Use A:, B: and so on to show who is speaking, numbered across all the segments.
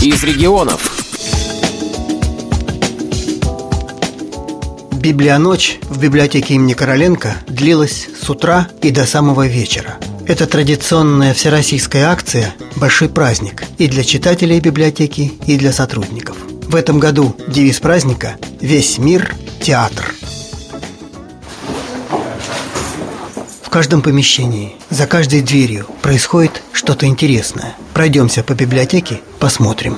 A: из регионов.
B: Библионочь в библиотеке имени Короленко длилась с утра и до самого вечера. Это традиционная всероссийская акция «Большой праздник» и для читателей библиотеки, и для сотрудников. В этом году девиз праздника «Весь мир – театр». В каждом помещении, за каждой дверью происходит что-то интересное. Пройдемся по библиотеке, посмотрим.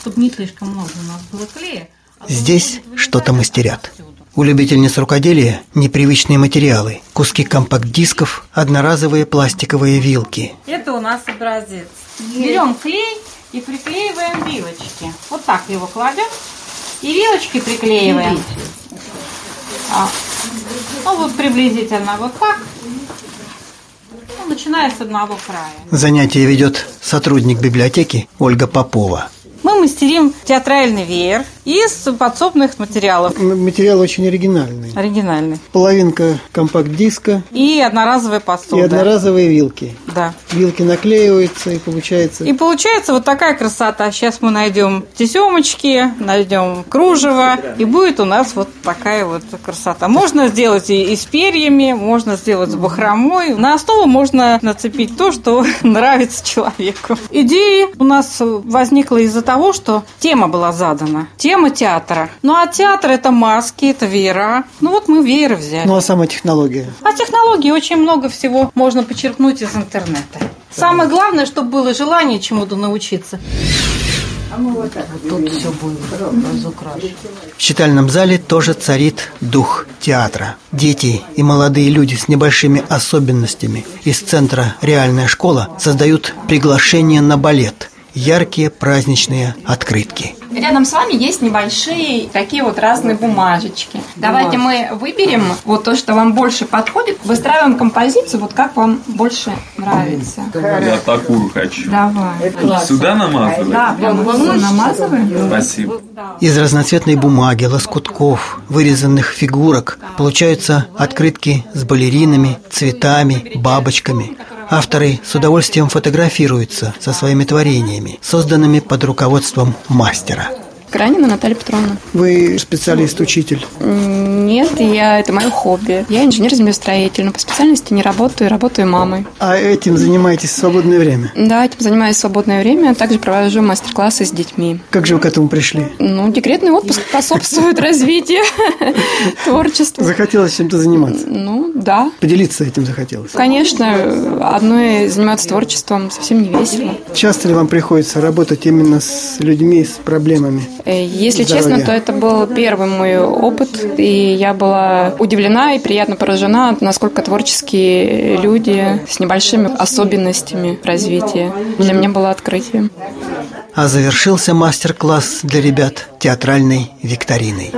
C: Чтобы не слишком много у нас было клея, А
B: Здесь что-то мастерят. У любительниц рукоделия непривычные материалы, куски компакт-дисков, одноразовые пластиковые вилки.
C: Это у нас образец. Берем клей и приклеиваем вилочки. Вот так его кладем и вилочки приклеиваем. А, ну вот приблизительно вот так. Ну, начиная с одного края.
B: Занятие ведет сотрудник библиотеки Ольга Попова.
C: Мы мастерим театральный веер из подсобных материалов.
D: Материал очень оригинальный.
C: Оригинальный.
D: Половинка компакт-диска
C: И одноразовая
D: и
C: посуда.
D: одноразовые вилки.
C: Да.
D: Вилки наклеиваются и получается...
C: И получается вот такая красота. Сейчас мы найдем тесемочки, найдем кружево, и будет у нас вот такая вот красота. Можно сделать и, и с перьями, можно сделать с бахромой. На основу можно нацепить то, что нравится человеку. Идея у нас возникла из-за того, что тема была задана. Тема театра. Ну а театр это маски, это веера. Ну вот мы вееры взяли.
D: Ну а сама технология?
C: А технологий очень много всего можно почерпнуть из интернета. Самое главное, чтобы было желание чему-то научиться. Тут все было разукрашено.
B: В читальном зале тоже царит дух театра. Дети и молодые люди с небольшими особенностями из центра «Реальная школа» создают приглашение на балет – яркие праздничные открытки.
E: Рядом с вами есть небольшие такие вот разные бумажечки. Давайте мы выберем вот то, что вам больше подходит, выстраиваем композицию, вот как вам больше нравится.
F: Я такую хочу.
E: Давай.
F: Сюда намазывать?
E: Да, прям вот сюда намазываем.
F: Спасибо.
B: Из разноцветной бумаги, лоскутков, вырезанных фигурок получаются открытки с балеринами, цветами, бабочками. Авторы с удовольствием фотографируются со своими творениями, созданными под руководством мастера.
G: Кранина Наталья Петровна.
D: Вы специалист-учитель.
G: М, Нет, я это мое хобби. Я инженер-землестроитель, но по специальности не работаю, работаю мамой.
D: А этим занимаетесь в свободное время?
G: Да, этим занимаюсь в свободное время, а также провожу мастер-классы с детьми.
D: Как же вы к этому пришли?
G: Ну, декретный отпуск способствует развитию творчеству.
D: Захотелось чем-то заниматься.
G: Ну, да.
D: Поделиться этим захотелось.
G: Конечно, одной заниматься творчеством совсем не весело.
D: Часто ли вам приходится работать именно с людьми, с проблемами?
G: Э, Если
D: Здоровья.
G: честно, то это был первый мой опыт, и я была удивлена и приятно поражена, насколько творческие люди с небольшими особенностями развития для меня было открытием.
B: А завершился мастер-класс для ребят театральной викториной.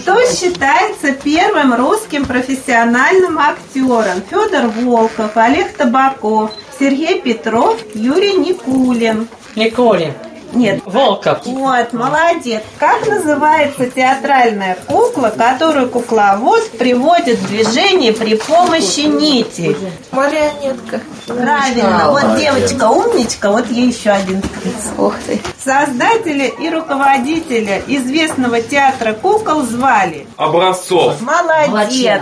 H: Кто считается первым русским профессиональным актером? Федор Волков, Олег Табаков, Сергей Петров, Юрий Никулин.
I: Николин,
H: Нет.
I: Волков,
H: Вот, молодец. Как называется театральная кукла, которую кукловод приводит в движение при помощи нити?
J: Марионетка.
H: Правильно. Вот девочка умничка, вот ей еще один приз.
J: Ух ты.
H: Создателя и руководителя известного театра кукол звали.
F: Образцов.
H: Молодец.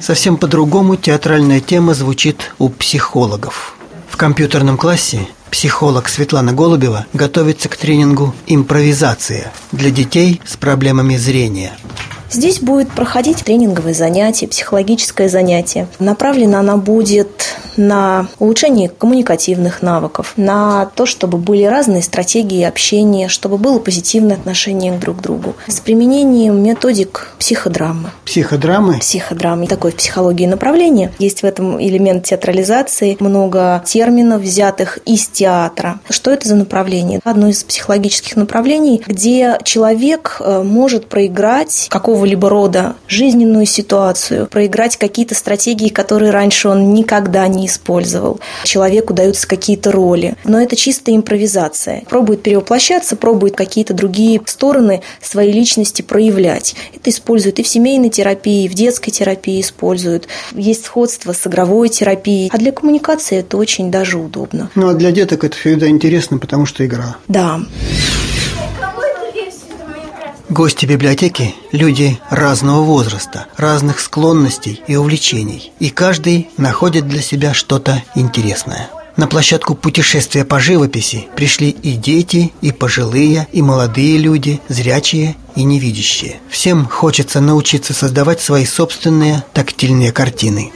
B: Совсем по-другому театральная тема звучит у психологов. В компьютерном классе психолог Светлана Голубева готовится к тренингу «Импровизация» для детей с проблемами зрения.
J: Здесь будет проходить тренинговое занятие, психологическое занятие. Направлена она будет на улучшение коммуникативных навыков, на то, чтобы были разные стратегии общения, чтобы было позитивное отношение друг к другу. С применением методик психодрамы.
D: Психодрамы?
J: психодрамы. Такое в психологии направление. Есть в этом элемент театрализации, много терминов, взятых из театра. Что это за направление? Одно из психологических направлений, где человек э, может проиграть какого-либо рода жизненную ситуацию, проиграть какие-то стратегии, которые раньше он никогда не использовал. Человеку даются какие-то роли. Но это чистая импровизация. Пробует перевоплощаться, пробует какие-то другие стороны своей личности проявлять. Это используют и в семейной терапии, и в детской терапии используют. Есть сходство с игровой терапией. А для коммуникации это очень даже удобно.
B: Ну, а для деток это всегда интересно, потому что игра.
J: Да.
B: Гости библиотеки – люди разного возраста, разных склонностей и увлечений, и каждый находит для себя что-то интересное. На площадку путешествия по живописи пришли и дети, и пожилые, и молодые люди, зрячие и невидящие. Всем хочется научиться создавать свои собственные тактильные картины.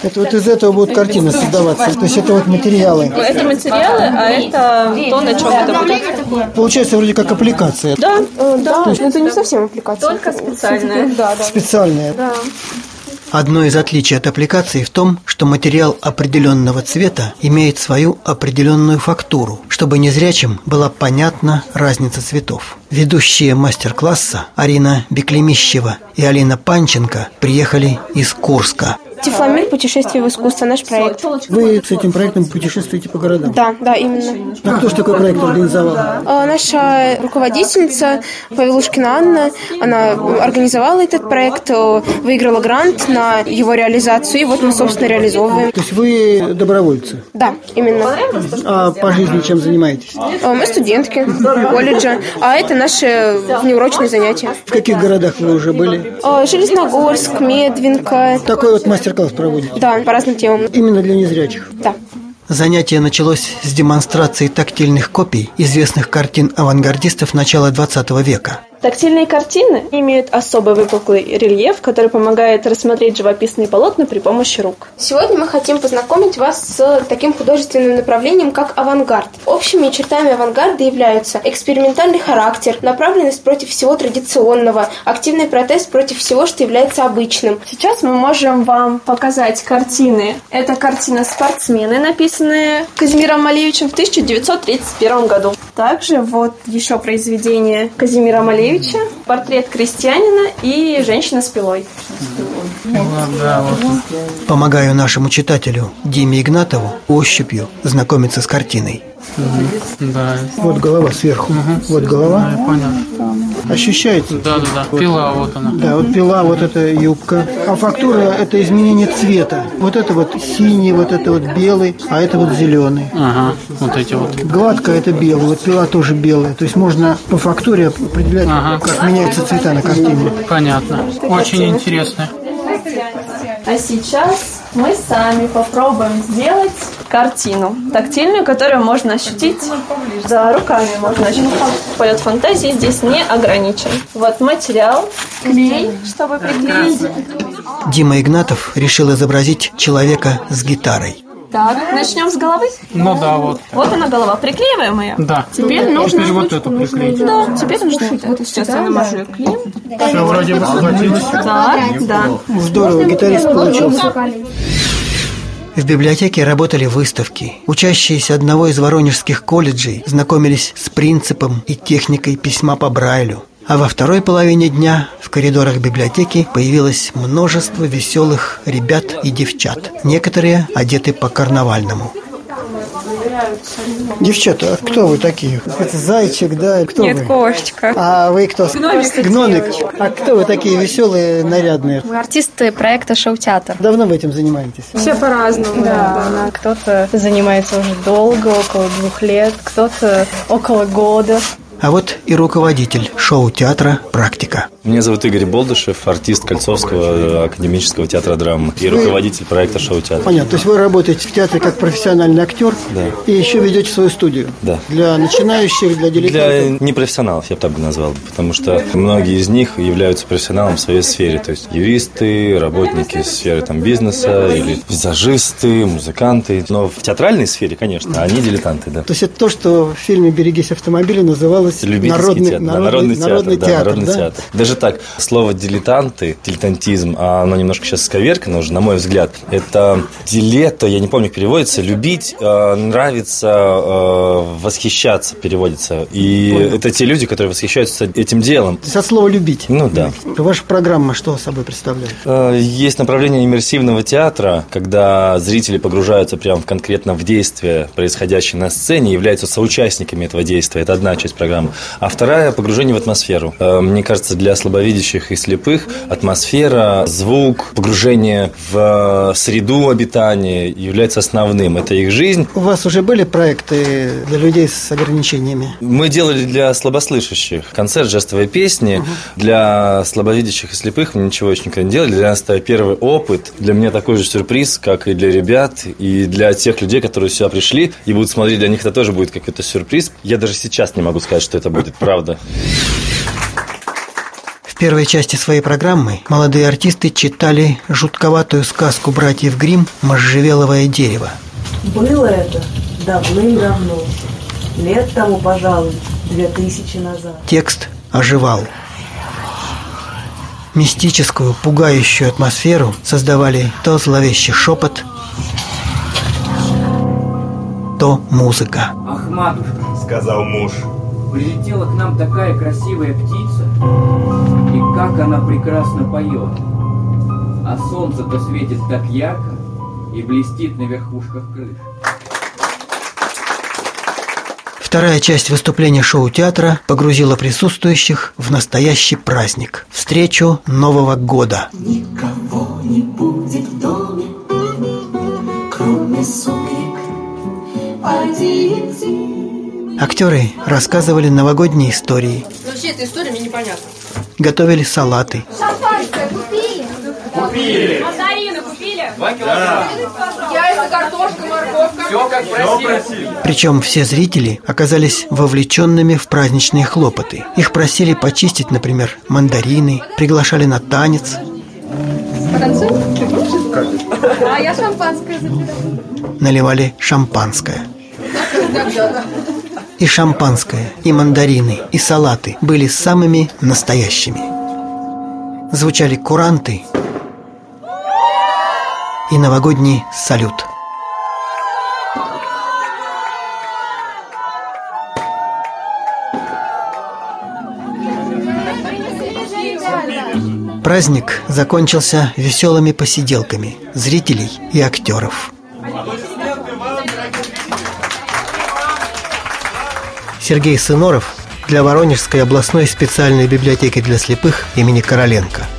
D: Это вот из этого будут картины создаваться. То есть это вот материалы.
A: Это материалы, а это то, на чем это будет.
D: Получается вроде как аппликация
I: Э,
A: Да, э, да.
I: Но это не совсем аппликация. Э,
A: Только специальная.
I: Да, да.
D: специальная.
B: Одно из отличий от аппликации в том, что материал определенного цвета имеет свою определенную фактуру, чтобы незрячим была понятна разница цветов. Ведущие мастер-класса Арина Беклемищева и Алина Панченко приехали из Курска.
I: Тифломир «Путешествие в искусство» наш проект.
B: Вы с этим проектом путешествуете по городам?
I: Да, да, именно.
B: А кто же такой проект организовал?
I: А, Наша руководительница Павелушкина Анна, она организовала этот проект, э, выиграла грант на его реализацию, и вот мы, собственно, реализовываем.
B: То есть вы добровольцы,
I: Да, именно.
B: а по жизни чем занимаетесь?
A: А,
I: Э, Мы студентки колледжа, а это наши внеурочные занятия.
B: В каких городах вы уже были?
I: Э, Железногорск, Медвинка,
B: Такой вот мастер-класс проводите.
I: да, по разным темам,
B: Именно для незрячих.
I: да.
B: Занятие началось с демонстрации тактильных копий известных картин авангардистов начала XX века.
A: Тактильные картины имеют особый выпуклый рельеф, который помогает рассмотреть живописные полотна при помощи рук.
I: Сегодня мы хотим познакомить вас с таким художественным направлением, как авангард. Общими чертами авангарда являются экспериментальный характер, направленность против всего традиционного, активный протест против всего, что является обычным.
A: Сейчас мы можем вам показать картины. Это картина «Спортсмены», написанная Казимиром Малевичем в 1931 году. Также вот еще произведение Казимира Малевича, портрет крестьянина и женщина с пилой.
B: Помогаю нашему читателю Диме Игнатову ощупью знакомиться с картиной.
K: Да,
B: Вот голова сверху, вот голова. Ощущается?
K: да, да, да. Пила, а вот она.
B: Да, вот пила, вот эта юбка. А фактура – это изменение цвета. Вот это вот синий, вот это вот белый, а это вот зеленый.
K: Ага, вот эти вот.
B: Гладкая – это белый, вот пила тоже белая. То есть можно по фактуре определять,
K: Ага.
B: как меняются цвета на картине.
K: Понятно. Очень интересно.
A: А сейчас мы сами попробуем сделать картину тактильную, которую можно ощутить за руками, можно ощутить. Полет фантазии здесь не ограничен. Вот материал, клей, чтобы приклеить.
B: Дима Игнатов решил изобразить человека с гитарой.
A: Так, начнем с головы.
K: Ну да, вот.
A: Вот она голова, приклеиваем ее.
K: Да.
A: Теперь нужно...
K: Теперь вот эту приклеить.
A: Да, теперь нужно... Вот сейчас я намажу ее клеем.
K: Все вроде бы схватились.
A: Так, да.
B: Здорово, гитарист получился. В библиотеке работали выставки. Учащиеся одного из воронежских колледжей знакомились с принципом и техникой письма по Брайлю. А во второй половине дня в коридорах библиотеки появилось множество веселых ребят и девчат. Некоторые одеты по-карнавальному.
D: Девчата, а кто вы такие? Это зайчик, да? Кто вы?
G: Ковочка.
D: А вы кто? Гномик. А кто вы такие веселые, нарядные?
G: Мы артисты проекта «Шоу-театр».
D: Давно вы этим занимаетесь?
A: Все по-разному.
I: Да,
A: Кто-то занимается уже долго, около двух лет, кто-то около года.
B: А вот и руководитель шоу-театра «Практика».
K: Меня зовут Игорь Болдышев, артист Кольцовского э, академического театра драмы и руководитель проекта шоу-театра.
D: Понятно, то есть вы работаете в театре как профессиональный актер и еще ведете свою студию
K: Да.
D: для начинающих, для
K: Для
D: дилетантов.
K: непрофессионалов, я бы так бы назвал, потому что многие из них являются профессионалом в своей сфере, то есть юристы, работники сферы там, бизнеса, или визажисты, музыканты, но в театральной сфере, конечно, они дилетанты, да.
D: То есть это то, что в фильме «Берегись автомобиля» называлось
K: Любительский
D: народный,
K: театр, да,
D: народный,
K: народный театр, да, народный театр. Даже
A: так, слово «дилетанты», «дилетантизм», а оно немножко сейчас сковеркано уже, на мой взгляд. Это «дилето», я не помню, как переводится, «любить», э, «нравится», э, «восхищаться» переводится. И
L: Понял.
A: это те люди, которые восхищаются этим делом.
L: То есть от слова «любить».
A: Ну да.
L: Ваша программа что собой представляет?
A: Э, Есть направление иммерсивного театра, когда зрители погружаются прямо в- конкретно в действие, происходящее на сцене, и являются соучастниками этого действия. Это одна часть программы. А вторая – погружение в атмосферу. Э, Мне кажется, для слабовидящих и слепых атмосфера, звук, погружение в э, среду обитания является основным. Это их жизнь,
L: У вас уже были проекты для людей с ограничениями?
A: мы делали для слабослышащих концерт жестовой песни. Для слабовидящих и слепых мы ничего еще никогда не делали. Для нас это первый опыт. Для меня такой же сюрприз, как и для ребят, и для тех людей, которые сюда пришли и будут смотреть. Для них это тоже будет какой-то сюрприз. Я даже сейчас не могу сказать, что это будет, правда.
B: В первой части своей программы молодые артисты читали жутковатую сказку братьев Гримм «Можжевеловое дерево».
H: Было это давным-давно. Лет тому, пожалуй, две тысячи назад.
B: Текст оживал. Мистическую, пугающую атмосферу создавали то зловещий шепот, то музыка.
M: Ах, матушка, сказал муж, прилетела к нам такая красивая птица, и как она прекрасно поет. А солнце-то светит так ярко и блестит на верхушках крыш.
B: Вторая часть выступления шоу-театра погрузила присутствующих в настоящий праздник – встречу Нового года.
N: Никого не будет в доме, кроме сумерек, позиции.
B: Актеры рассказывали новогодние истории,
O: Вообще эта история мне непонятна.
B: готовили салаты,
O: Шампанское купили?
P: Купили.
O: Мандарины купили?
P: Два килограмма.
O: Яйца, картошка, морковка.
P: Все как просили.
B: Причем все зрители оказались вовлеченными в праздничные хлопоты. Их просили почистить, например, мандарины, приглашали на танец.
O: Потанцуем? Ты будешь? А я шампанское заберу.
B: наливали шампанское. И шампанское, и мандарины, и салаты были самыми настоящими. Звучали куранты и новогодний салют. Праздник закончился веселыми посиделками зрителей и актеров. Сергей Сыноров для Воронежской областной специальной библиотеки для слепых имени Короленко.